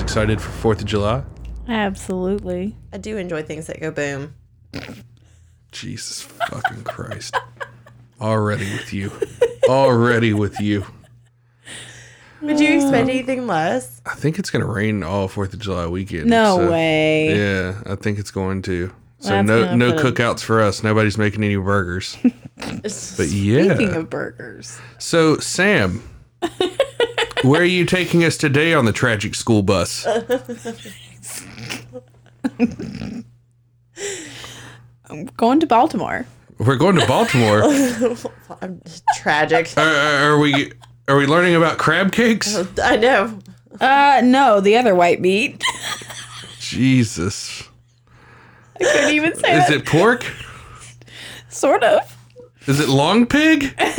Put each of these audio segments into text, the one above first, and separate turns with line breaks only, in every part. excited for Fourth of July?
Absolutely.
I do enjoy things that go boom.
Jesus fucking Christ! Already with you. Already with you.
Would you expect anything less?
I think it's gonna rain all Fourth of July weekend.
No
so-
way.
Yeah, I think it's going to. So
That's
no
gonna
no
put a-
cookouts for us. Nobody's making any burgers.
But
yeah.
Speaking of burgers,
So Sam, where are you taking us today on the tragic school bus?
Going to Baltimore.
We're going to Baltimore. Are,
I'm just tragic.
are- are we are we learning about crab cakes?
Oh.
I know.
Uh, no, the other white meat.
Jesus.
I couldn't even say
Is
that.
it pork?
Sort of.
Is it long pig?
I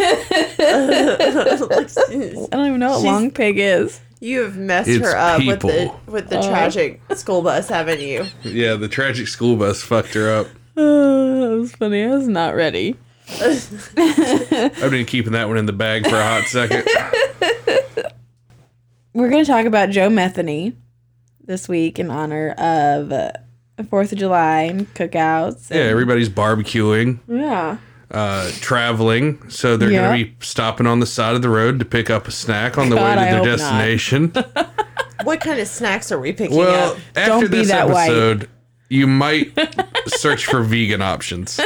don't even know what long pig is.
You have messed
It's
her up with
people.
the with
Uh-huh.
the tragic school bus, haven't you?
Yeah, the tragic school bus fucked her up.
Uh, that was funny. I was not ready.
I've been keeping that one in the bag for a hot second.
We're going to talk about Joe Metheny this week in honor of uh, the 4th of July and cookouts.
Yeah,
and-
everybody's barbecuing.
yeah.
uh, traveling, so they're
Yeah.
going to be stopping on the side of the road to pick up a snack on the way
God,
to
I
their
hope not.
destination.
What kind of snacks are we picking
well,
up?
after
Don't be
this
that white.
episode, you might search for vegan options.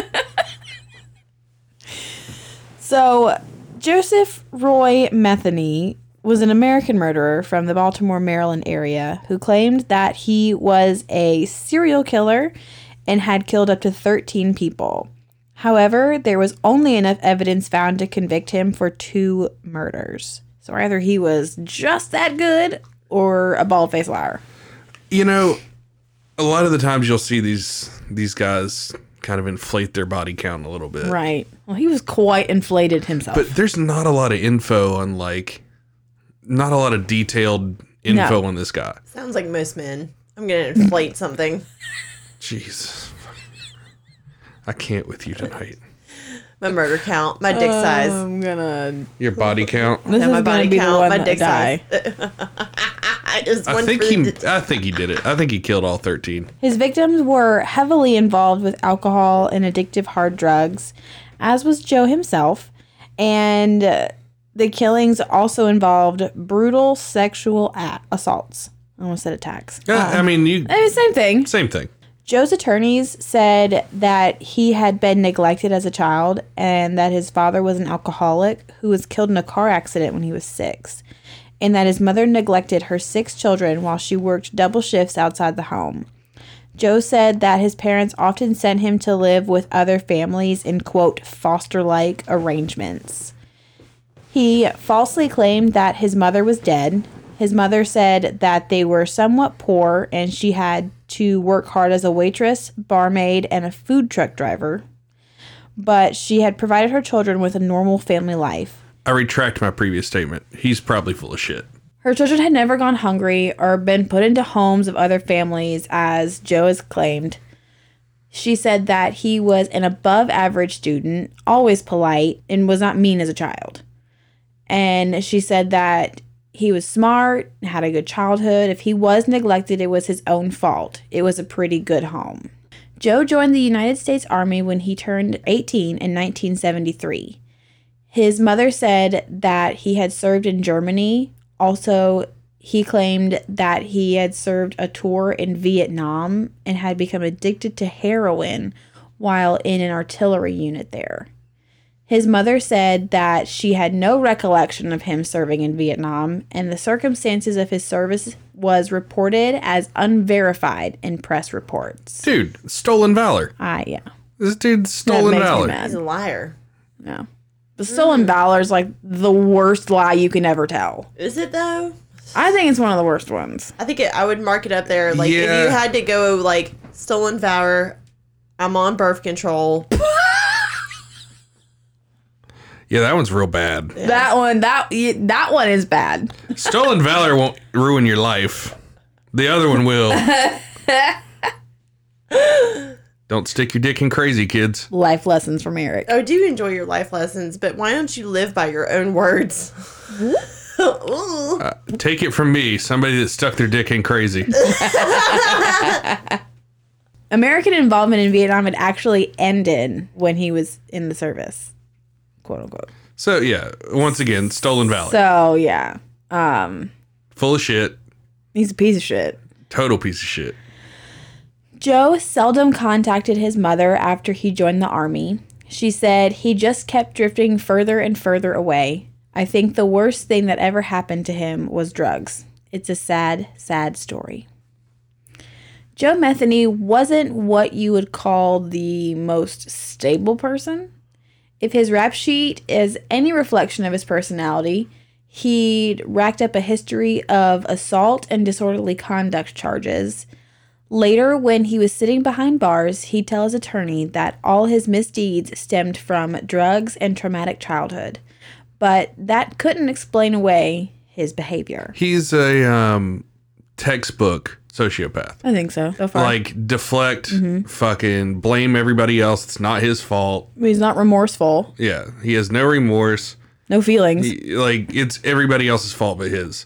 So, Joseph Roy Metheny was an American murderer from the Baltimore, Maryland area who claimed that he was a serial killer and had killed up to 13 people. However, there was only enough evidence found to convict him for two murders. So, either he was just that good or a bald faced liar.
You know, a lot of the times you'll see these these guys kind of inflate their body count a little bit,
Right. Well, he was quite inflated himself.
but there's not a lot of info on like, not a lot of detailed info on this guy.
Sounds like most men. I'm gonna inflate something.
Jeez, I can't with you tonight.
My murder count, my dick size,
Oh, I'm gonna.
Your body count.
Um, This
and
is
my
gonna
body
be the
count,
one
my
that
dick
die.
size. I just
I
one
think
for
he.
the-
I think he did it. I think he killed all thirteen.
His victims were heavily involved with alcohol and addictive hard drugs, as was Joe himself. And uh, the killings also involved brutal sexual a- assaults. I almost said attacks.
Yeah, Uh, I mean, you
I mean, same thing.
same thing.
Joe's attorneys said that he had been neglected as a child and that his father was an alcoholic who was killed in a car accident when he was six, and that his mother neglected her six children while she worked double shifts outside the home. Joe said that his parents often sent him to live with other families in quote foster like arrangements. He falsely claimed that his mother was dead. His mother said that they were somewhat poor and she had to work hard as a waitress, barmaid, and a food truck driver. But she had provided her children with a normal family life.
I retract my previous statement. He's probably full of shit.
Her children had never gone hungry or been put into homes of other families, as Joe has claimed. She said that he was an above average student, always polite, and was not mean as a child. And she said that he was smart, had a good childhood. If he was neglected, it was his own fault. It was a pretty good home. Joe joined the United States Army when he turned 18 in 1973. His mother said that he had served in Germany. Also, he claimed that he had served a tour in Vietnam and had become addicted to heroin while in an artillery unit there. His mother said that she had no recollection of him serving in Vietnam, and the circumstances of his service was reported as unverified in press reports.
Dude, stolen valor.
Ah, yeah.
This dude's
That
stolen
makes me
valor.
mad.
he's a liar.
No. The stolen valor is like the worst lie you can ever tell.
Is it though?
I think it's one of the worst ones.
I think it, I would mark it up there. Like
Yeah.
if you had to go like stolen valor, I'm on birth control.
Yeah, that one's real bad.
That one, that y- that one is bad.
Stolen valor won't ruin your life. The other one will. Don't stick your dick in crazy, kids.
Life lessons from Eric.
Oh, do enjoy your life lessons, but why don't you live by your own words? Ooh.
Take it from me, somebody that stuck their dick in crazy.
American involvement in Vietnam had actually ended when he was in the service, quote unquote.
So yeah, once again, stolen valor,
So Oh, yeah,
full of shit,
he's a piece of shit.
total piece of shit.
Joe seldom contacted his mother after he joined the army. She said he just kept drifting further and further away. I think the worst thing that ever happened to him was drugs. It's a sad, sad story. Joe Metheny wasn't what you would call the most stable person. If his rap sheet is any reflection of his personality, he'd racked up a history of assault and disorderly conduct charges. Later, when he was sitting behind bars, he'd tell his attorney that all his misdeeds stemmed from drugs and traumatic childhood. But that couldn't explain away his behavior.
He's a um, textbook sociopath.
I think so. So far.
Like deflect, fucking blame everybody else. It's not his fault.
He's not remorseful,
Yeah, he has no remorse.
no feelings.
He- like it's everybody else's fault but his.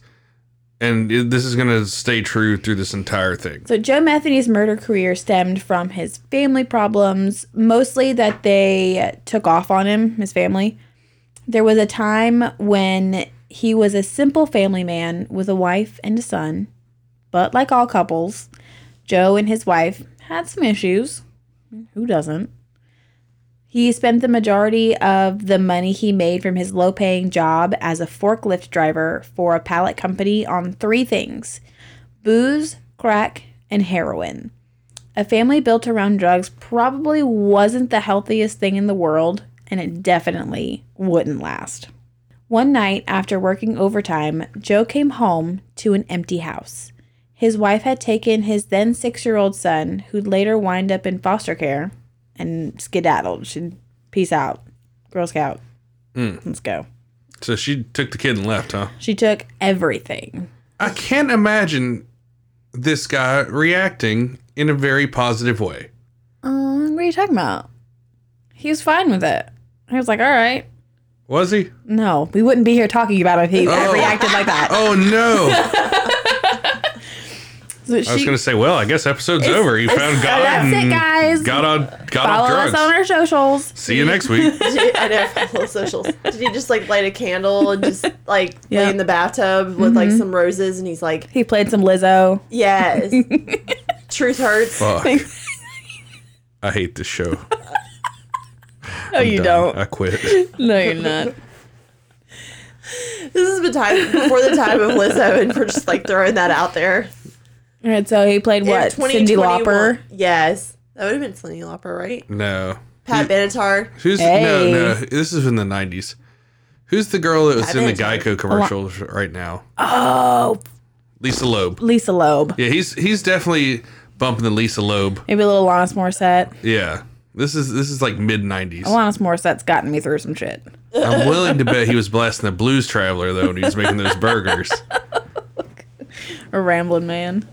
And it, this is gonna stay true through this entire thing.
So Joe Metheny's murder career stemmed from his family problems, mostly that they took off on him, his family. There was a time when he was a simple family man with a wife and a son, but like all couples, Joe and his wife had some issues. Who doesn't? He spent the majority of the money he made from his low paying job as a forklift driver for a pallet company on three things booze, crack, and heroin. A family built around drugs probably wasn't the healthiest thing in the world, and it definitely wouldn't last. One night, after working overtime, Joe came home to an empty house. His wife had taken his then six year old son, who'd later wind up in foster care, and skedaddled. She'd peace out. Girl Scout. Let's go.
So she took the kid and left, huh?
She took everything.
I can't imagine this guy reacting in a very positive way.
Um, what are you talking about? He was fine with it. He was like, all right.
Was he?
No, we wouldn't be here talking about it if he
Oh.
reacted like that.
Oh no!
So
I was
she-
gonna say, well, I guess episode's over. You found God.
that's
and
it, guys.
Got on. Got
follow
on
us
drugs.
on our socials.
See you next week.
Did- I know follow socials. Did he just like light a candle and just like
Yeah. Mm-hmm.
lay in the bathtub with like some roses and he's like,
He played some Lizzo.
Yes. Truth hurts.
Fuck. I hate this show.
No, you
I quit.
don't. No, you're not.
This has been time before the time of Lizzo and we're just like throwing that out there.
All right, so he played what?
In
Cindy
2021
Lauper.
Yes. That would have been Cindy Lauper, right?
No.
Pat Benatar.
Who's
Hey.
no no? This is in the nineties. Who's the girl that was in the
didn't-
Geico commercials right now?
Oh,
Lisa Loeb.
Lisa Loeb.
Yeah, he's he's definitely bumping the Lisa Loeb.
Maybe a little Alanis Morissette.
Yeah. This is this is like mid nineties.
Alanis Morissette's gotten me through some shit.
I'm willing to bet he was blasting the blues traveler though when he was making those burgers.
A rambling man.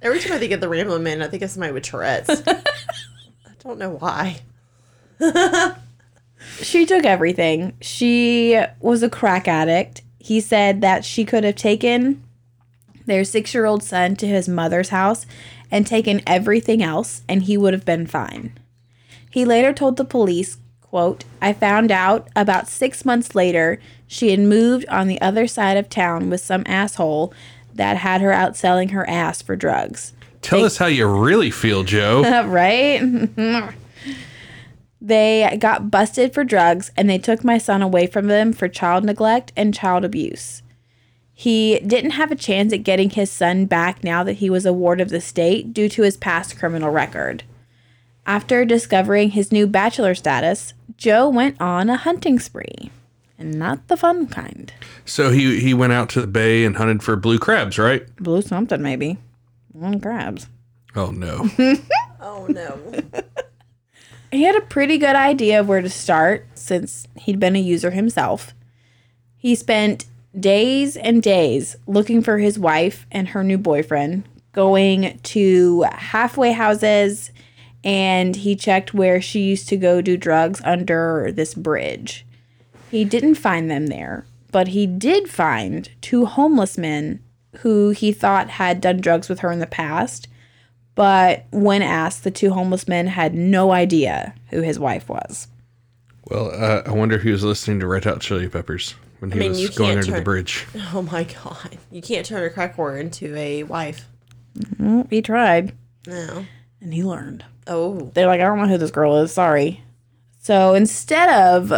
Every time I think of the Ramblin' Man, I think of somebody with Tourette's. I don't know why.
She took everything. She was a crack addict. He said that she could have taken their six year old son to his mother's house and taken everything else, and he would have been fine. He later told the police, quote, I found out about six months later she had moved on the other side of town with some asshole that had her out selling her ass for drugs.
Tell us how you really feel, Joe.
right? they got busted for drugs and they took my son away from them for child neglect and child abuse. He didn't have a chance at getting his son back now that he was a ward of the state due to his past criminal record. After discovering his new bachelor status, Joe went on a hunting spree. And not the fun kind.
So he he went out to the bay and hunted for blue crabs, right?
Blue something, maybe. One grabs.
Oh no.
Oh no.
He had a pretty good idea of where to start since he'd been a user himself. He spent days and days looking for his wife and her new boyfriend, going to halfway houses, and he checked where she used to go do drugs under this bridge. He didn't find them there, but he did find two homeless men who he thought had done drugs with her in the past. But when asked, the two homeless men had no idea who his wife was.
Well, uh, I wonder if he was listening to Red Hot Chili Peppers when he
mean, you
was going
can't
under the
turn-
bridge.
Oh my god. You can't turn a crack whore into a wife.
He tried
No.
and he learned.
Oh.
They're like, I don't know who this girl is. Sorry. So instead of,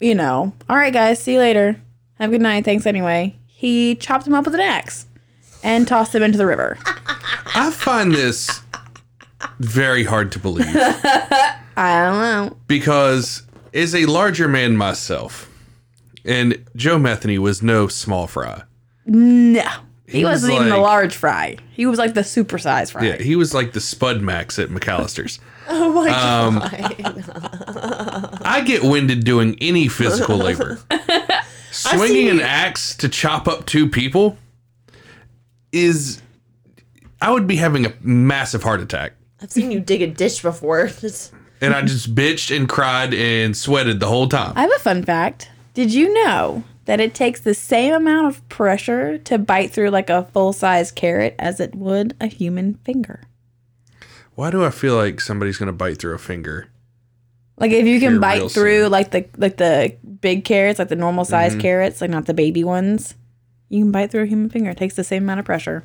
you know, all right, guys, see you later. Have a good night. Thanks anyway. He chopped him up with an axe and tossed him into the river.
I find this very hard to believe
I don't know.
because, as a larger man myself, and Joe Metheny was no small fry.
No. He,
He was
wasn't even the
like-
large fry. He was like the supersized fry.
Yeah, he was like the Spud Max at McAllister's.
Oh my
Uh,
god.
I get winded doing any physical labor. Swinging an axe to chop up two people is. I would be having a massive heart attack.
I've seen you dig a ditch before. It's-
And I just bitched and cried and sweated the whole time.
I have a fun fact. Did you know that it takes the same amount of pressure to bite through like a full size carrot as it would a human finger?
Why do I feel like somebody's going to bite through a finger?
Like if you can
You're
bite
real
through
soon. Mm-hmm.
like the like the big carrots, like the normal size carrots, like not the baby ones, you can bite through a human finger. It takes the same amount of pressure.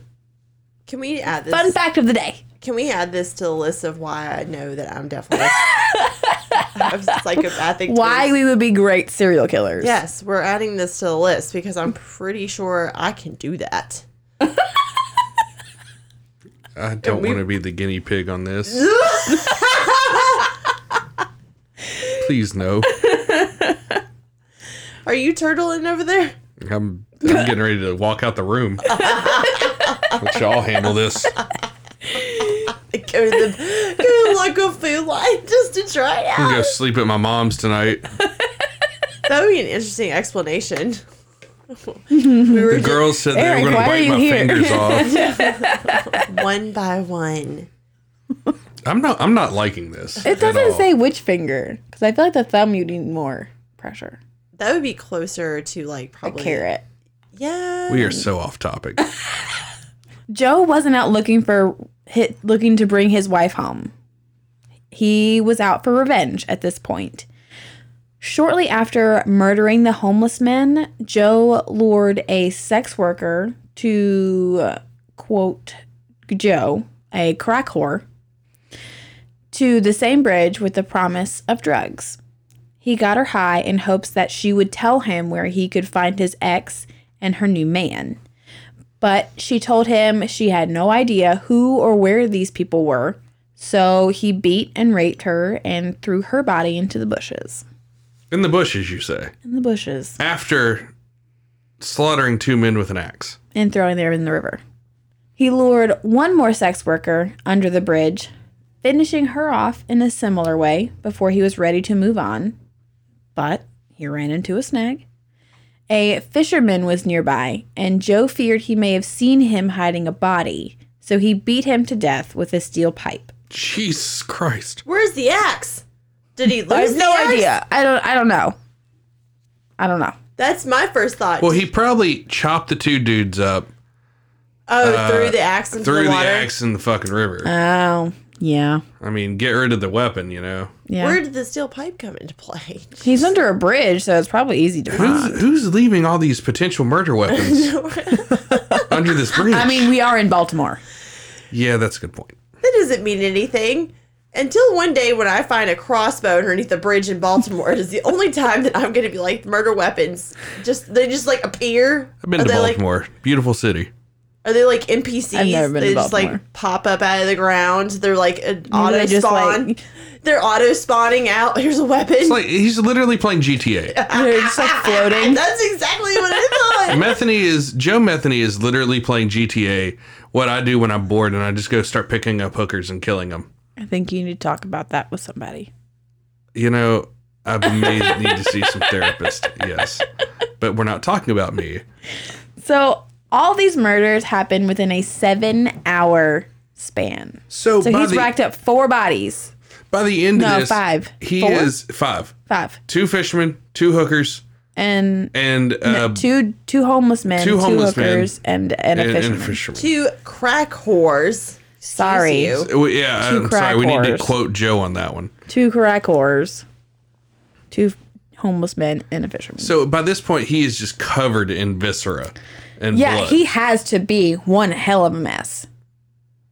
Can we add this?
Fun fact of the day.
Can we add this to the list of why I know that I'm definitely I'm psychopathic?
Why
traits?
we would be great serial killers.
Yes, we're adding this to the list because I'm pretty sure I can do that.
I don't want to be the guinea pig on this. Please no.
Are you turtling over there?
I'm, I'm getting ready to walk out the room. Let y'all handle this.
Go to the go to the local food line just to try it
I'm
out.
going to sleep at my mom's tonight.
That would be an interesting explanation. we were
The girls said
Eric,
they were
why
going
are
to bite
you
my
here?
fingers off.
one by one.
I'm not. I'm not liking this.
It
at
doesn't
all.
say which finger because I feel like the thumb you need more pressure.
That would be closer to like
A
probably
carrot.
Yeah.
We are so off topic.
Joe wasn't out looking for hit looking to bring his wife home. He was out for revenge at this point. Shortly after murdering the homeless men, Joe lured a sex worker to uh, quote Joe, a crack whore, to the same bridge with the promise of drugs. He got her high in hopes that she would tell him where he could find his ex and her new man but she told him she had no idea who or where these people were. So he beat and raped her and threw her body into the bushes.
In the bushes, you say.
In the bushes.
After slaughtering two men with an axe.
and throwing them in the river. He lured one more sex worker under the bridge, finishing her off in a similar way before he was ready to move on. But he ran into a snag. A fisherman was nearby, and Joe feared he may have seen him hiding a body, so he beat him to death with a steel pipe.
Jesus Christ.
Where's the axe? Did he lose?
I have
the
no
axe?
idea. I don't I don't know. I don't know.
That's my first thought.
Well, he probably chopped the two dudes up,
oh, threw the axe into
uh, threw the
the water.
axe in the fucking river.
Oh, yeah.
I mean, get rid of the weapon, you know.
Yeah.
Where did the steel pipe come into play?
He's under a bridge, so it's probably easy to find.
Who's, who's leaving all these potential murder weapons under this bridge?
I mean, we are in Baltimore.
yeah, that's a good point.
That doesn't mean anything. Until one day when I find a crossbow underneath a bridge in Baltimore, it is the only time that I'm going to be like murder weapons. Just they just like appear.
I've been
are
to
they
Baltimore. Beautiful city.
Like, are they like NPCs?
I've never been
they
to
just
Baltimore.
like pop up out of the ground. They're like an auto
they just,
spawn.
like-
They're auto spawning out. Here's a weapon.
It's like he's literally playing GTA.
They're just like floating.
That's exactly what I thought.
Metheny is Joe Metheny is literally playing GTA. What I do when I'm bored and I just go start picking up hookers and killing them.
I think you need to talk about that with somebody.
You know, I may need to see some therapist. Yes, but we're not talking about me.
So all these murders happened within a seven hour span.
So,
So
by
he's
the,
racked up four bodies
By the end
No,
of this,
five.
he
Four?
is five.
Five.
Two fishermen, two hookers,
And
and uh,
two two homeless men,
two
two,
homeless men
hookers, and and a
and,
fisherman.
and fishermen.
Two crack whores. Excuse
Sorry.
you.
Well, yeah, i
Two
I'm sorry. We need to
crackers.
quote Joe on that one.
two crack whores, two homeless men, and a fisherman.
So by this point, he is just covered in viscera and
yeah,
blood.
he has to be one hell of a mess.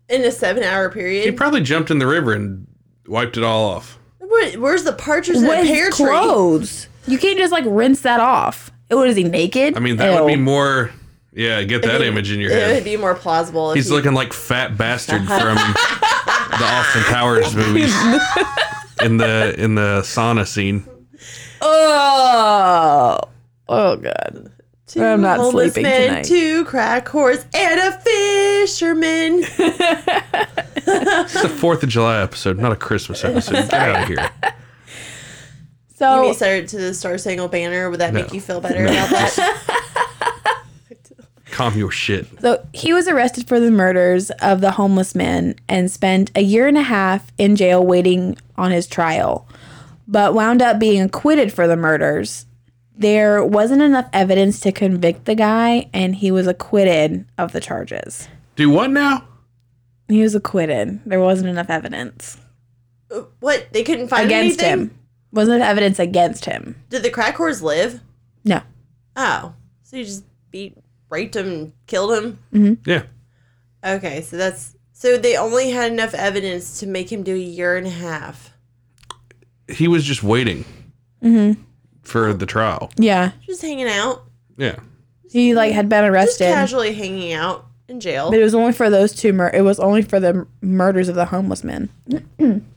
In a seven hour
He
period.
probably jumped in the river and wiped it all off.
Where, where's the partridge in the
What is
pear tree?
clothes? You can't just like rinse that off. What is he naked?
I mean, that would be
Ew. more
more. Yeah, get that image in your
It would
head.
be more plausible. if
He's
he-
looking like fat bastard from the Austin Powers movies in the in the sauna scene.
oh, oh god.
two
I'm not
homeless
sleeping
men,
tonight.
Two crack whores and a fisherman.
It's a Fourth of July episode, not a Christmas episode. Get out of here.
You
So
mean sir to the Star Spangled Banner? Would that
No.
make you feel better about that?
Calm your shit.
So he was arrested for the murders of the homeless men and spent a year and a half in jail waiting on his trial, but wound up being acquitted for the murders. There wasn't enough evidence to convict the guy, and he was acquitted of the charges.
Do what now?
He was acquitted. There wasn't enough evidence
What? They couldn't find
against
anything?
him. Wasn't enough evidence against him.
Did the crack whores live?
No.
Oh. So you just beat, raped him, and killed him?
Yeah.
Okay, so that's. So they only had enough evidence to make him do a year and a half.
He was just waiting for the trial.
Yeah.
Just hanging out.
Yeah.
He like had been
Just
arrested.
casually hanging out in jail.
But it was only for those two. Mur- it was only for the m- murders of the homeless men,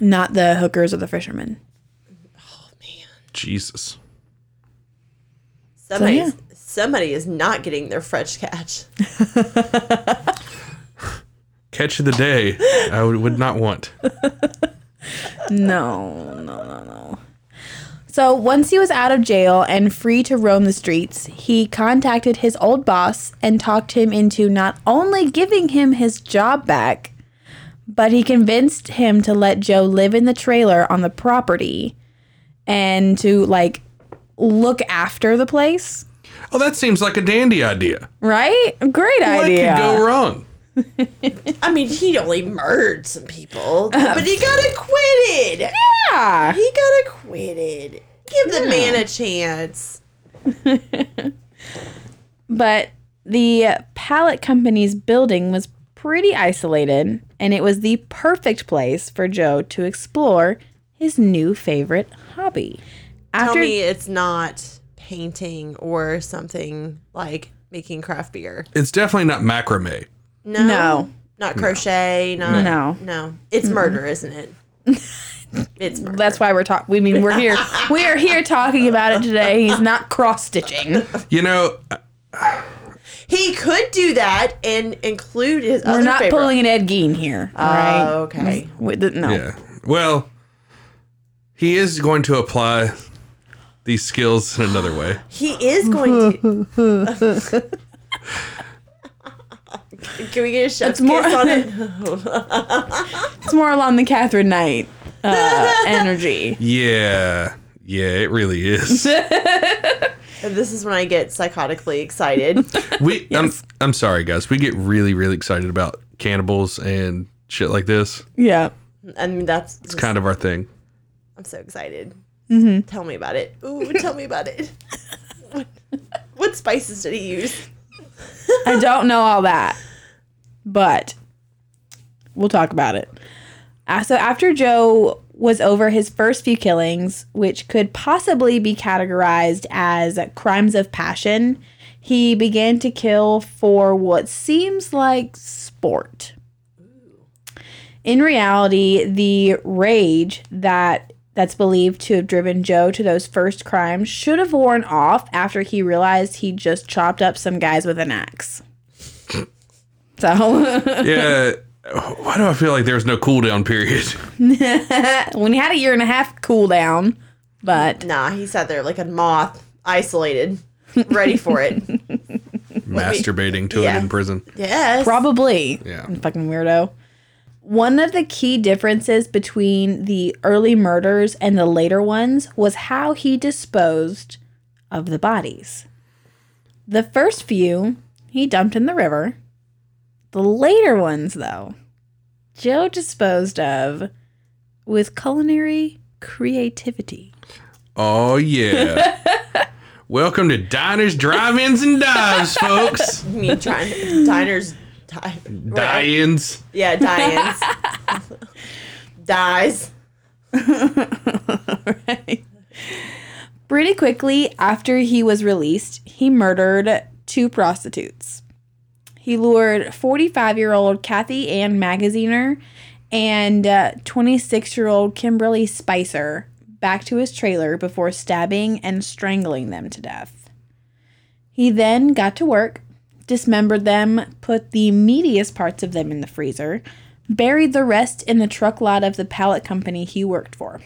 not the hookers or the fishermen.
Jesus.
Somebody's,
yeah.
Somebody is not getting their fresh catch.
Catch of the day, I would, would not want.
No, no, no, no. So once he was out of jail and free to roam the streets, he contacted his old boss and talked him into not only giving him his job back, but he convinced him to let Joe live in the trailer on the property and to like look after the place.
Oh, that seems like a dandy idea.
Right? Great idea.
What could go wrong?
I mean, he only murdered some people, but he got acquitted.
Yeah.
He got acquitted. Give the man a chance.
But the pallet company's building was pretty isolated, and it was the perfect place for Joe to explore his new favorite hobby.
Tell
After
me it's not painting or something like making craft beer.
It's definitely not macrame.
No.
No.
Not crochet. Not,
No.
No. It's murder, isn't it? It's murder.
that's why we're talking. We mean, we're here. we are here talking about it today. He's not cross stitching.
You know,
He could do that and include his
We're
other
not
favorite-
pulling an Ed Gein here. All right.
Oh, okay.
We- th- no.
yeah. Well, he is going to apply these skills in another way.
He is going to. Can we get a
It's
chef's
more-
kiss on it?
It's more along the Catherine Knight uh, energy.
Yeah. Yeah, it really is.
This is when I get psychotically excited.
We I'm I'm sorry guys. We get really really excited about cannibals and shit like this.
Yeah.
I mean, that's.
It's kind of our thing.
I'm so excited.
Mm-hmm.
Tell me about it. Ooh, tell me about it. what spices did he use?
I don't know all that, but we'll talk about it. Uh, So after Joe was over his first few killings, which could possibly be categorized as crimes of passion, he began to kill for what seems like sport. In reality, the rage that that's believed to have driven Joe to those first crimes should have worn off after he realized he just chopped up some guys with an axe. So
Yeah. Why do I feel like there's no cooldown period?
when he had a year and a half cool down, but
Nah, he sat there like a moth, isolated, ready for it.
Masturbating to
yeah.
him in prison.
yes.
probably
Yeah.
fucking weirdo. One of the key differences between the early murders and the later ones was how he disposed of the bodies. The first few he dumped in the river. The later ones, though, Joe disposed of with culinary creativity.
Oh yeah. Welcome to Diners, Drive-ins, and Dives, folks.
I mean, trying diners, di-
Dive-ins.
yeah, Diane's dies.
right. Pretty quickly after he was released, he murdered two prostitutes. He lured 45 year old Kathy Ann Magaziner and 26 year old Kimberly Spicer back to his trailer before stabbing and strangling them to death. He then got to work, dismembered them, put the meatiest parts of them in the freezer, buried the rest in the truck lot of the pallet company he worked for.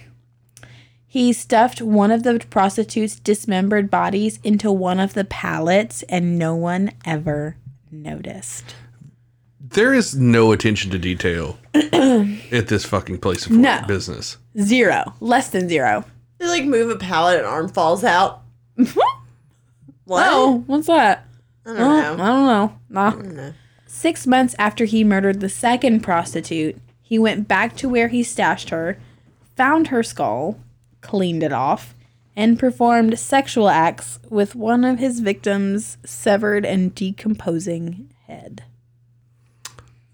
He stuffed one of the prostitutes' dismembered bodies into one of the pallets, and no one ever noticed.
There is no attention to detail at this fucking place of
No.
business.
Zero. Less than zero.
They like move a pallet and arm falls out. What?
Oh, what's that?
I
Oh,
don't know.
I don't know. Nah. Six months after he murdered the second prostitute, he went back to where he stashed her, found her skull, cleaned it off, and performed sexual acts with one of his victims' severed and decomposing head.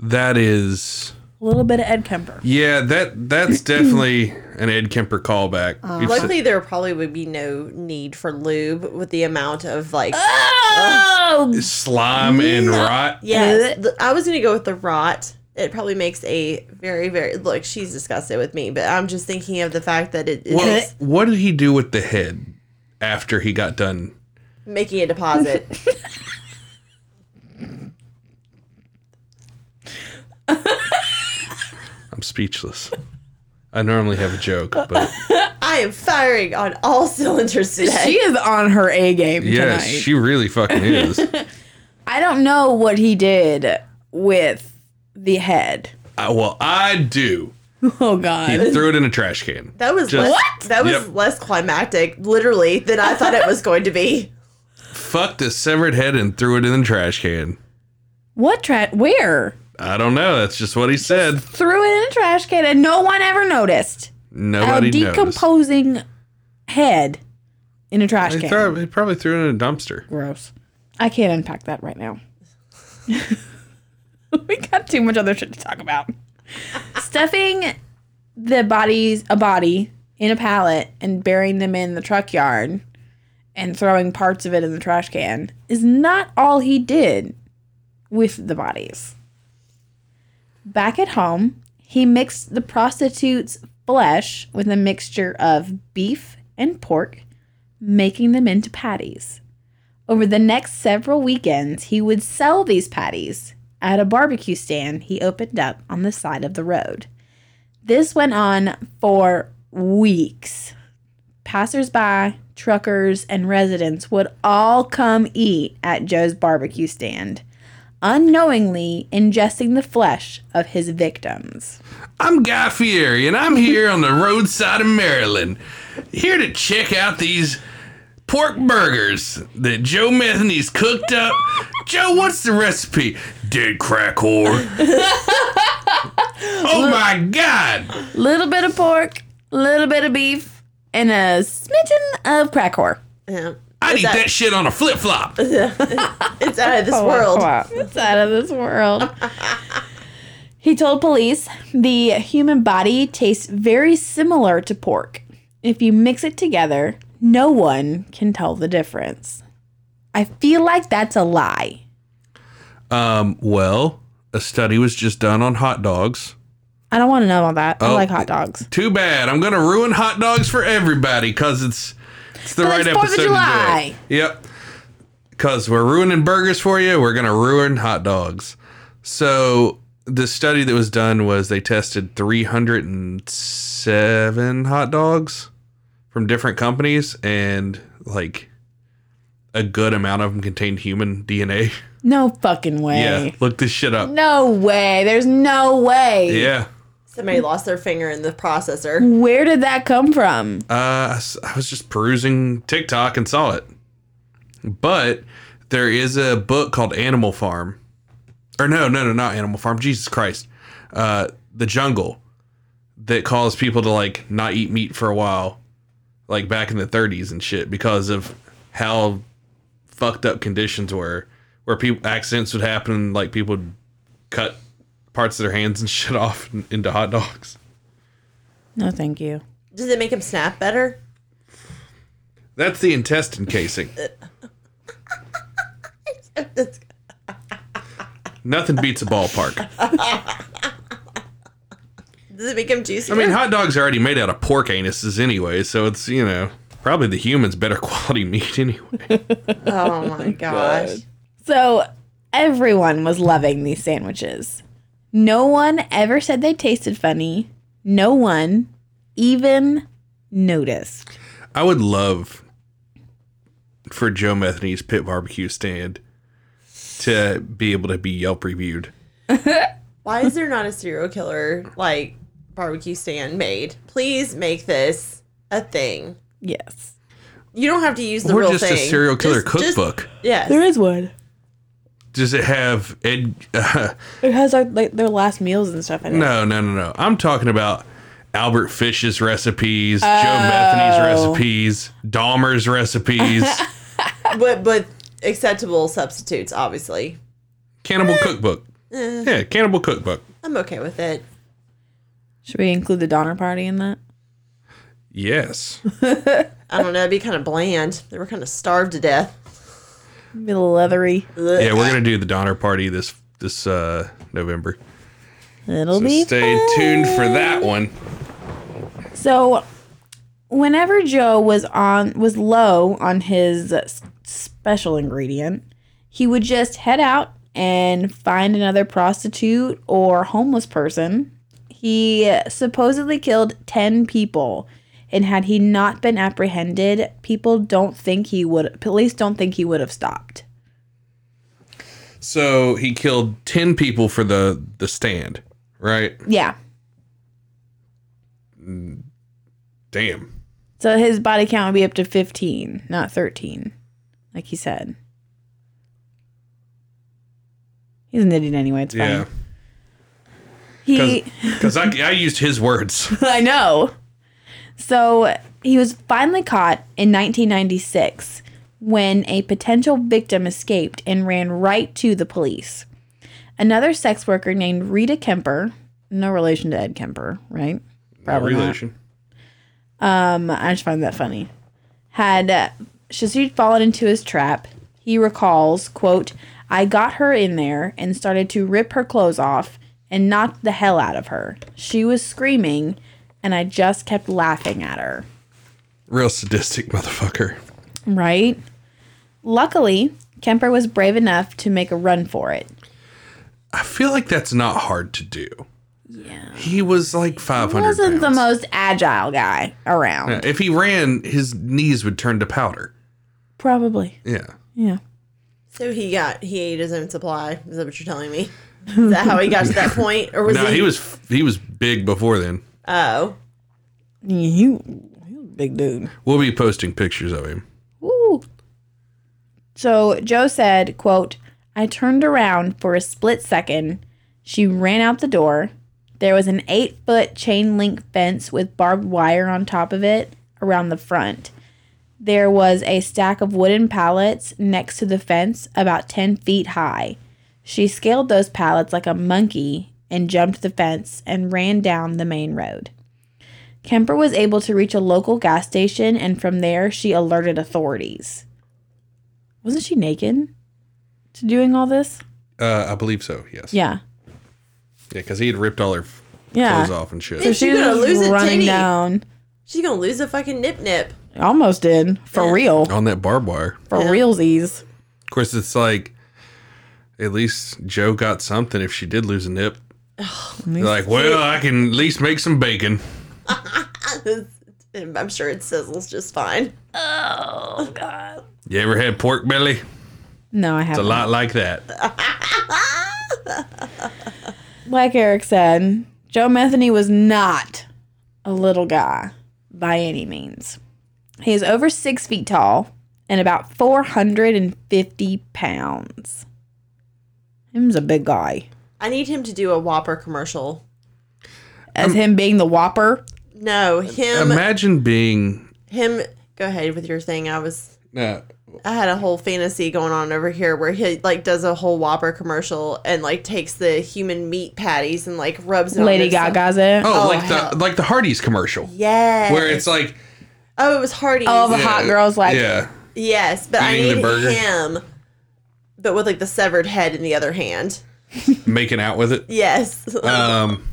That is,
A little bit of Ed Kemper.
yeah, that that's definitely an Ed Kemper callback. You've said-
Luckily, there probably would be no need for lube with the amount of like.
Uh. Oh!
slime and rot.
Yes, th- I was gonna go with the rot. It probably makes a very, very look. She's disgusted with me, but I'm just thinking of the fact that it is
Well, what did he do with the head after he got done?
making a deposit.
I'm speechless. I normally have a joke, but
I am firing on all cylinders today.
She is on her A game
yes,
tonight.
she really fucking is.
I don't know what he did with the head.
I, well, I do.
Oh, God.
He threw it in a trash can.
that was
Just-
less,
What?
that was
Yep.
less climactic, literally, than I thought it was going to be.
Fucked a severed head and threw it in the trash can.
What tra- Where?
I don't know. That's just what he said.
Threw it in a trash can and no one ever noticed.
Nobody
a
knows.
decomposing head in a trash
He,
can.
throw- he probably threw it in a dumpster.
Gross. I can't unpack that right now. we got too much other shit to talk about. Stuffing the bodies, a body, in a pallet and burying them in the truck yard and throwing parts of it in the trash can is not all he did with the bodies. Back at home, he mixed the prostitute's flesh with a mixture of beef and pork, making them into patties. Over the next several weekends, he would sell these patties at a barbecue stand he opened up on the side of the road. This went on for weeks. Passersby, truckers, and residents would all come eat at Joe's barbecue stand, unknowingly ingesting the flesh of his victims.
I'm Guy Fieri, and I'm here on the roadside of Maryland, here to check out these pork burgers that Joe Methany's cooked up. Joe, what's the recipe? Dead crack whore. oh my God!
Little bit of pork, little bit of beef, and a smidgen of crack whore.
Yeah.
I'd eat
that-
that shit on a flip flop.
It's out of
Oh,
this world.
It's out of this world. he told police the human body tastes very similar to pork. If you mix it together, no one can tell the difference. I feel like that's a lie.
Um, well, a study was just done on hot dogs.
I don't want to know about that. I
Oh.
like hot dogs.
Too bad. I'm gonna ruin hot dogs for everybody because it's it's the
But
right
it's Fourth of
episode. to do it.
July.
Yep. Because we're ruining burgers for you, we're gonna ruin hot dogs. So the study that was done was they tested 307 hot dogs from different companies, and like a good amount of them contained human DNA.
No fucking way.
Yeah, look this shit up.
No way. There's no way.
Yeah.
Somebody lost their finger in the processor.
Where did that come from?
Uh, I s- I was just perusing TikTok and saw it. But there is a book called Animal Farm. Or no, no, no, not Animal Farm. Jesus Christ. Uh, the Jungle that caused people to like not eat meat for a while, like back in the 30s and shit, because of how fucked up conditions were, where people accidents would happen, like people would cut parts of their hands and shit off in- into hot dogs.
No, thank you.
Does it make them snap better?
That's the intestine casing. Nothing beats a ballpark.
Does it make them juicier?
I mean, hot dogs are already made out of pork anuses anyway, so it's, you know, probably the humans better quality meat anyway.
oh my gosh.
So everyone was loving these sandwiches. No one ever said they tasted funny. No one even noticed.
I would love for Joe Methany's pit barbecue stand to be able to be Yelp reviewed.
Why is there not a serial killer like barbecue stand made? Please make this a thing.
Yes.
You don't have to use the
Or
real
just
thing.
a serial killer
Just- just-
cookbook.
yes.
There is one.
Does it have Ed?
It has like, like their last meals and stuff in it.
No, no, no, no. I'm talking about Albert Fish's recipes, Joe Methany's
Oh.
recipes, Dahmer's recipes,
but but acceptable substitutes, obviously.
Cannibal Cookbook.
Eh.
Yeah, Cannibal Cookbook.
I'm okay with it.
Should we include the Donner Party in that?
Yes.
I don't know. It'd be kind of bland. They were kind of starved to death.
Be leathery.
Ugh.
Yeah, we're gonna do the Donner Party this this uh, November.
It'll
So
be
stay tuned for that one.
So whenever Joe was on was low on his s- special ingredient, he would just head out and find another prostitute or homeless person. He supposedly killed 10 people. And had he not been apprehended, people don't think he would police don't think he would have stopped.
So he killed ten people for the the stand, right?
Yeah.
Damn.
So his body count would be up to 15, not 13, like he said. He's an idiot anyway. It's fine.
Yeah,
He,
because I, I used his words.
I know. So he was finally caught in 1996 when a potential victim escaped and ran right to the police. Another sex worker named Rita Kemper, no relation to Ed Kemper, right? Probably not.
relation.
Um, I just find that funny. Had uh, Shazid fallen into his trap, he recalls, quote, I got her in there and started to rip her clothes off and knocked the hell out of her. She was screaming, and I just kept laughing at her.
Real sadistic motherfucker.
Right? Luckily, Kemper was brave enough to make a run for it.
I feel like that's not hard to do. Yeah. He was like 500
Wasn't the
pounds.
most agile guy around.
Yeah, if he ran, his knees would turn to powder.
Probably.
Yeah.
Yeah.
So he got he ate his own supply. Is that what you're telling me? Is that how he got to that point, or was
no,
he?
he was he was big before then.
oh,
You, you big dude.
We'll be posting pictures of him.
Woo. So Joe said, quote, I turned around for a split second. She ran out the door. There was an eight foot chain link fence with barbed wire on top of it around the front. There was a stack of wooden pallets next to the fence, about 10 feet high. She scaled those pallets like a monkey and jumped the fence and ran down the main road. Kemper was able to reach a local gas station, and from there, she alerted authorities. Wasn't she naked to doing all this?
Uh, I believe so. Yes. Yeah,
Yeah.
because he had ripped all her f-
Yeah.
clothes off and shit.
So
Bitch,
she
you gonna
was
lose a
running
titty.
down.
she's gonna lose a fucking nip nip.
Almost did. For real.
on that barbed wire.
For realsies.
Of course, it's like at least Joe got something if she did lose a nip. They're like, well, I can at least make some bacon.
And I'm sure it sizzles just fine.
Oh, God.
You ever had pork belly?
No, I haven't.
It's a lot like that.
Like Eric said, Joe Metheny was not a little guy by any means. He is over six feet tall and about 450 pounds. Him's a big guy.
I need him to do a Whopper commercial.
Um,
As him being the whopper,
No, him.
Imagine being.
him. Go ahead with your thing. I was.
Uh,
I had a whole fantasy going on over here where he like does a whole Whopper commercial and like takes the human meat patties and like rubs it. on
Lady
himself.
Gaga's it.
oh,
Oh,
like
hell.
the like the Hardee's commercial
Yes.
where it's like
oh, it was Hardy.
Oh, the hot
yeah,
girls like
yeah.
yes, but I
Eating the
need
burger.
him, but with like the severed head in the other hand.
making out with it.
Yes,
Um,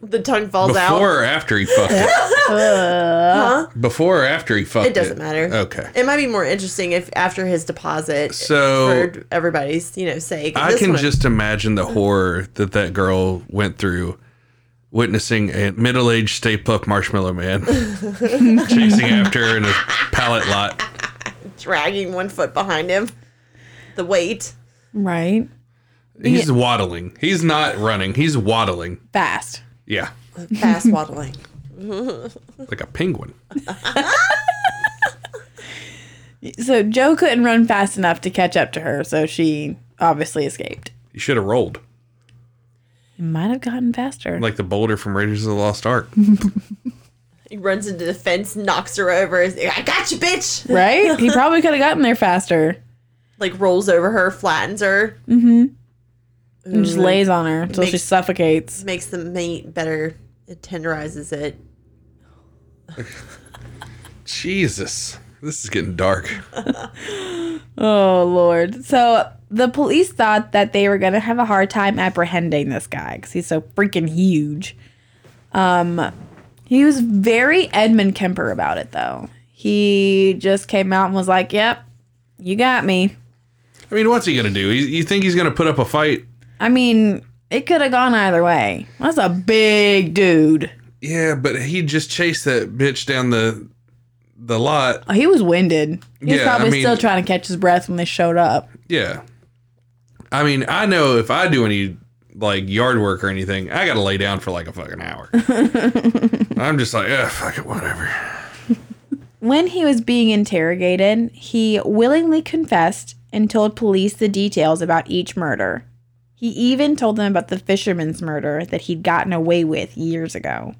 the tongue falls out.
before or after he fucked it?
Huh?
Before or after he fucked it?
It doesn't matter.
Okay.
It might be more interesting if after his deposit,
So-
for everybody's you know sake.
I
This
can
one-
just imagine the horror that that girl went through witnessing a middle aged Stay Puft Marshmallow Man chasing after her in a pallet lot.
dragging one foot behind him. The weight.
Right?
He's waddling. He's not running. He's waddling.
Fast.
Yeah.
Fast waddling.
Like a penguin.
So Joe couldn't run fast enough to catch up to her, so she obviously escaped.
He should have rolled.
He might have gotten faster.
Like the boulder from Raiders of the Lost Ark.
He runs into the fence, knocks her over. Is I got you, bitch!
right? He probably could have gotten there faster.
Like rolls over her, flattens her,
and
Mm.
just lays on her until she
Makes-
suffocates.
makes the meat better. It tenderizes it.
Jesus. This is getting dark.
Oh lord! So the police thought that they were gonna have a hard time apprehending this guy because he's so freaking huge. Um, he was very Edmund Kemper about it though. He just came out and was like, "Yep, you got me."
I mean, what's he going to do? You you think he's going to put up a fight?
I mean, it could have gone either way. That's a big dude.
Yeah, but he just chased that bitch down the the lot.
He was winded. He was
Yeah, I
probably
mean-
still trying to catch his breath when they showed up.
Yeah. I mean, I know if I do any like yard work or anything, I gotta lay down for like a fucking hour. I'm just like, yeah, fuck it, whatever.
When he was being interrogated, he willingly confessed and told police the details about each murder. He even told them about the fisherman's murder that he'd gotten away with years ago.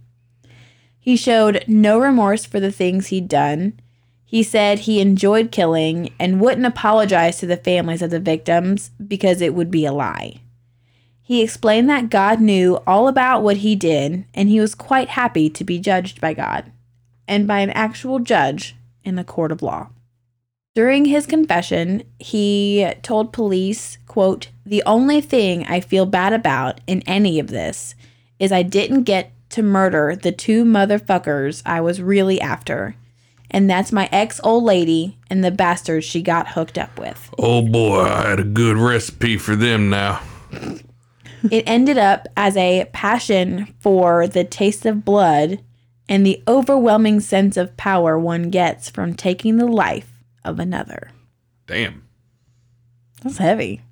He showed no remorse for the things he'd done. He said he enjoyed killing and wouldn't apologize to the families of the victims because it would be a lie. He explained that God knew all about what he did and he was quite happy to be judged by God and by an actual judge in a court of law. During his confession, he told police, quote, "The only thing I feel bad about in any of this is I didn't get to murder the two motherfuckers I was really after. And that's my ex old lady and the bastard she got hooked up with.
Oh boy, I had a good recipe for them now.
it ended up as a passion for the taste of blood and the overwhelming sense of power one gets from taking the life of another.
Damn.
That's heavy.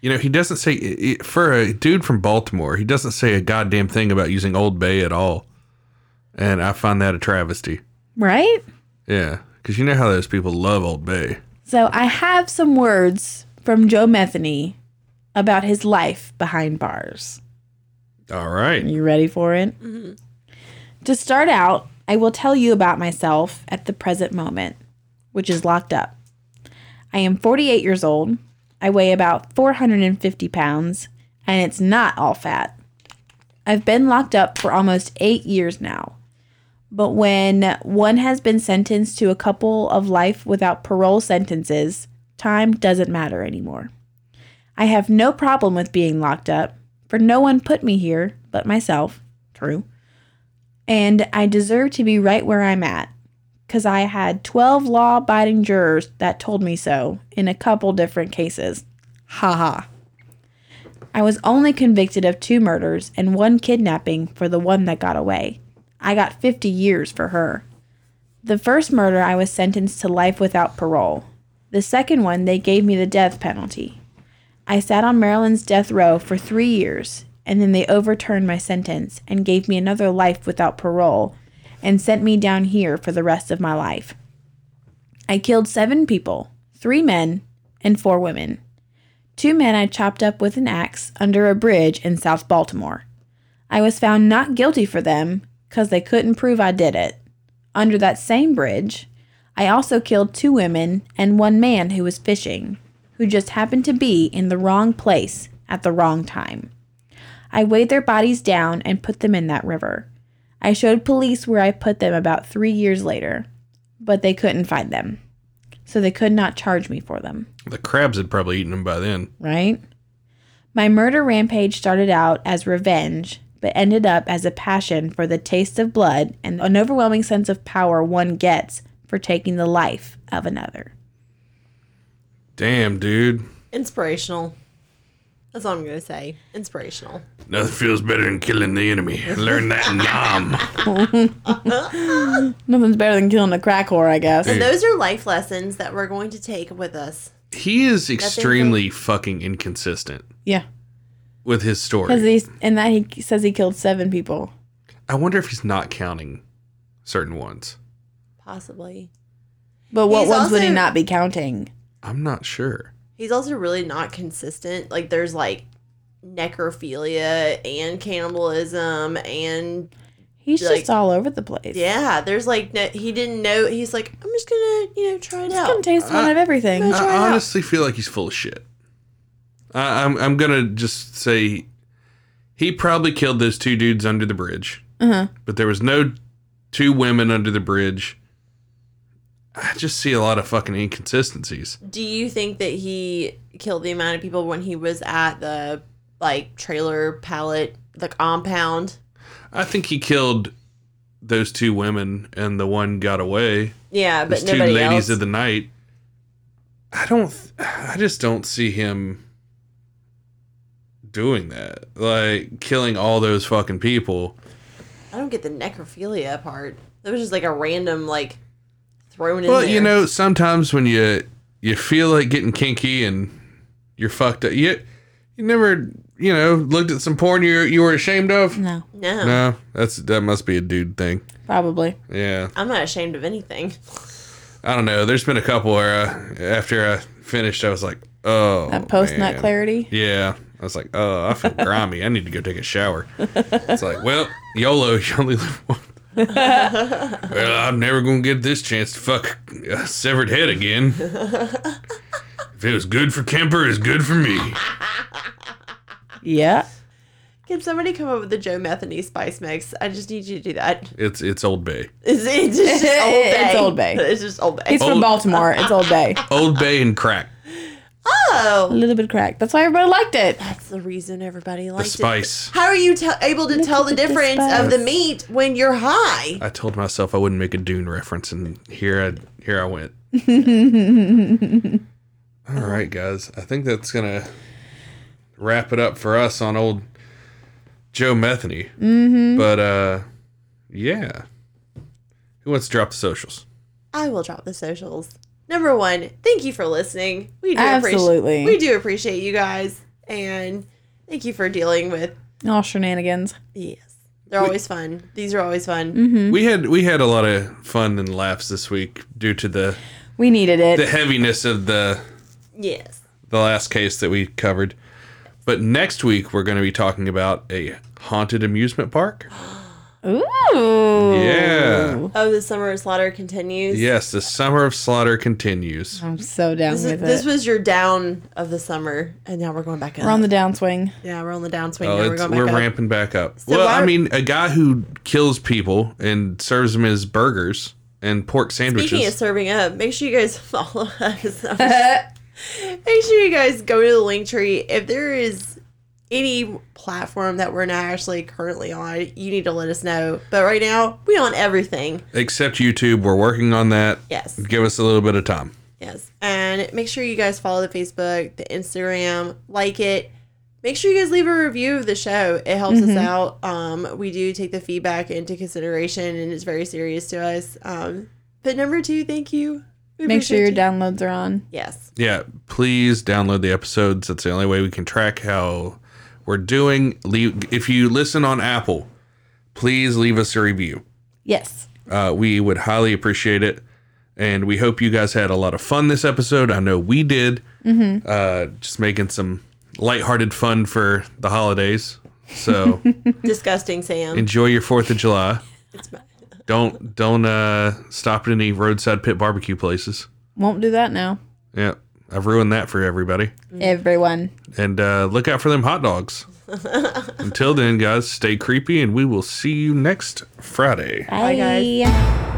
You know, he doesn't say i- i- for a dude from Baltimore, he doesn't say a goddamn thing about using Old Bay at all. And I find that a travesty.
Right?
Yeah, because you know how those people love Old Bay.
So I have some words from Joe Metheny about his life behind bars.
All right.
You ready for it? To start out, I will tell you about myself at the present moment, which is locked up. I am 48 years old. I weigh about 450 pounds, and it's not all fat. I've been locked up for almost eight years now. But when one has been sentenced to a couple of life without parole sentences, time doesn't matter anymore. I have no problem with being locked up, for no one put me here but myself. True. And I deserve to be right where I'm at, because I had 12 law abiding jurors that told me so in a couple different cases. Ha ha. I was only convicted of two murders and one kidnapping for the one that got away. I got 50 years for her. The first murder, I was sentenced to life without parole. The second one, they gave me the death penalty. I sat on Maryland's death row for three years, and then they overturned my sentence and gave me another life without parole and sent me down here for the rest of my life. I killed seven people three men and four women. Two men I chopped up with an axe under a bridge in South Baltimore. I was found not guilty for them because they couldn't prove I did it. Under that same bridge, I also killed two women and one man who was fishing, who just happened to be in the wrong place at the wrong time. I weighed their bodies down and put them in that river. I showed police where I put them about three years later, but they couldn't find them. So they could not charge me for them
The crabs had probably eaten them by then.
right? My murder rampage started out as revenge, but ended up as a passion for the taste of blood and an overwhelming sense of power one gets for taking the life of another.
Damn, dude.
Inspirational. That's all I'm gonna say. Inspirational.
Nothing feels better than killing the enemy. Learn that nom.
Nothing's better than killing a crack whore, I guess.
Dude.
Those are life lessons that we're going to take with us.
He is extremely fucking inconsistent
Yeah,
with his
because
story.
he's and that he says he killed seven people.
I wonder if he's not counting certain ones.
Possibly.
But what
He's
ones would he
also-
not be counting?
I'm not sure.
He's also really not consistent. Like there's like necrophilia and cannibalism and
He's
Like-
just all over the place.
yeah, there's like no, he didn't know. He's like I'm just gonna you know try it
He's gonna
out.
taste one
Uh,
of everything.
Try it
I
out.
honestly feel like he's full of shit. I, I'm I'm gonna just say he probably killed those two dudes under the bridge,
Uh-huh.
but there was no two women under the bridge. I just see a lot of fucking inconsistencies.
Do you think that he killed the amount of people when he was at the like trailer pallet the compound?
I think he killed those two women, and the one got away.
Yeah, but
Those two
nobody
ladies
else.
of the night. I don't. I just don't see him doing that. Like killing all those fucking people.
I don't get the necrophilia part. That was just like a random like thrown in.
Well,
there.
you know, sometimes when you you feel like getting kinky and you're fucked up, you you never you know looked at some porn you you were ashamed of.
No,
no,
No, that's that must be a dude thing.
probably.
Yeah,
I'm not ashamed of anything.
I don't know. There's been a couple where uh, after I finished, I was like, oh,
That post nut
man.
clarity.
Yeah. I was like, oh, I feel grimy. I need to go take a shower. It's like, well, YOLO, you only live once. well, I'm never going to get this chance to fuck a severed head again. If it was good for Kemper, it's good for me.
Yeah.
Can somebody come up with the Joe Metheny spice mix? I just need you to do that.
It's it's Old Bay.
It's, it's just Old Bay.
It's Old Bay.
It's just Old Bay.
He's from
Old-
Baltimore. It's Old Bay.
Old Bay and crack.
A
oh,
little bit cracked. That's why everybody liked it.
that's the reason everybody
The
likes
spice.
How are you tell able to tell the
at the
difference of
spice.
the meat when you're high?
I told myself I wouldn't make a Dune reference, and here I here I went. All right, guys. I think that's gonna wrap it up for us on old Joe Metheny. Mm-hmm. But uh, yeah. Who wants to drop the socials?
I will drop the socials. Number one, thank you for listening. We do
Absolutely.
appreciate we do appreciate you guys, and thank you for dealing with.
All shenanigans.
Yes, they're always fun. These are always fun.
Mm-hmm.
We had we had a lot of fun and laughs this week due to the
We needed it.
the heaviness of the
Yes,
the last case that we covered. But next week we're going to be talking about a haunted amusement park.
Ooh.
Yeah.
Oh, the summer of slaughter continues.
Yes, the summer of slaughter continues.
I'm so down
This,
with
is-
it.
this was your down of the summer, and now we're going back up.
We're on the downswing.
yeah, we're on the downswing.
Oh,
now we're
it's,
going back
we're
up.
ramping back up. well,
why-
I mean, a guy who kills people and serves them as burgers and pork sandwiches.
Speaking of serving up, make sure you guys follow us. I'm just- make sure you guys go to the link tree. If there is any platform that we're not actually currently on, you need to let us know. But right now, we on everything.
Except YouTube, we're working on that.
Yes.
Give us a little bit of time.
Yes. And make sure you guys follow the Facebook, the Instagram, like it. Make sure you guys leave a review of the show. It helps
Mm-hmm.
us out. Um, we do take the feedback into consideration and it's very serious to us. Um, but number two, thank you We
Make sure
appreciate
your
you.
downloads are on.
Yes.
Yeah, please download the episodes. That's the only way we can track how we're doing. Leave if you listen on Apple, please leave us a review.
Yes.
Uh, we would highly appreciate it, and we hope you guys had a lot of fun this episode. I know we did. Uh, just making some lighthearted fun for the holidays. So
Disgusting, Sam.
enjoy your Fourth of July.
It's my-
Don't don't uh, stop at any roadside pit barbecue places.
Won't do that now.
Yeah, I've ruined that for everybody.
Mm.
Everyone.
and uh, look out for them hot dogs. Until then, guys, stay creepy, and we will see you next Friday.
Bye, guys.
Bye.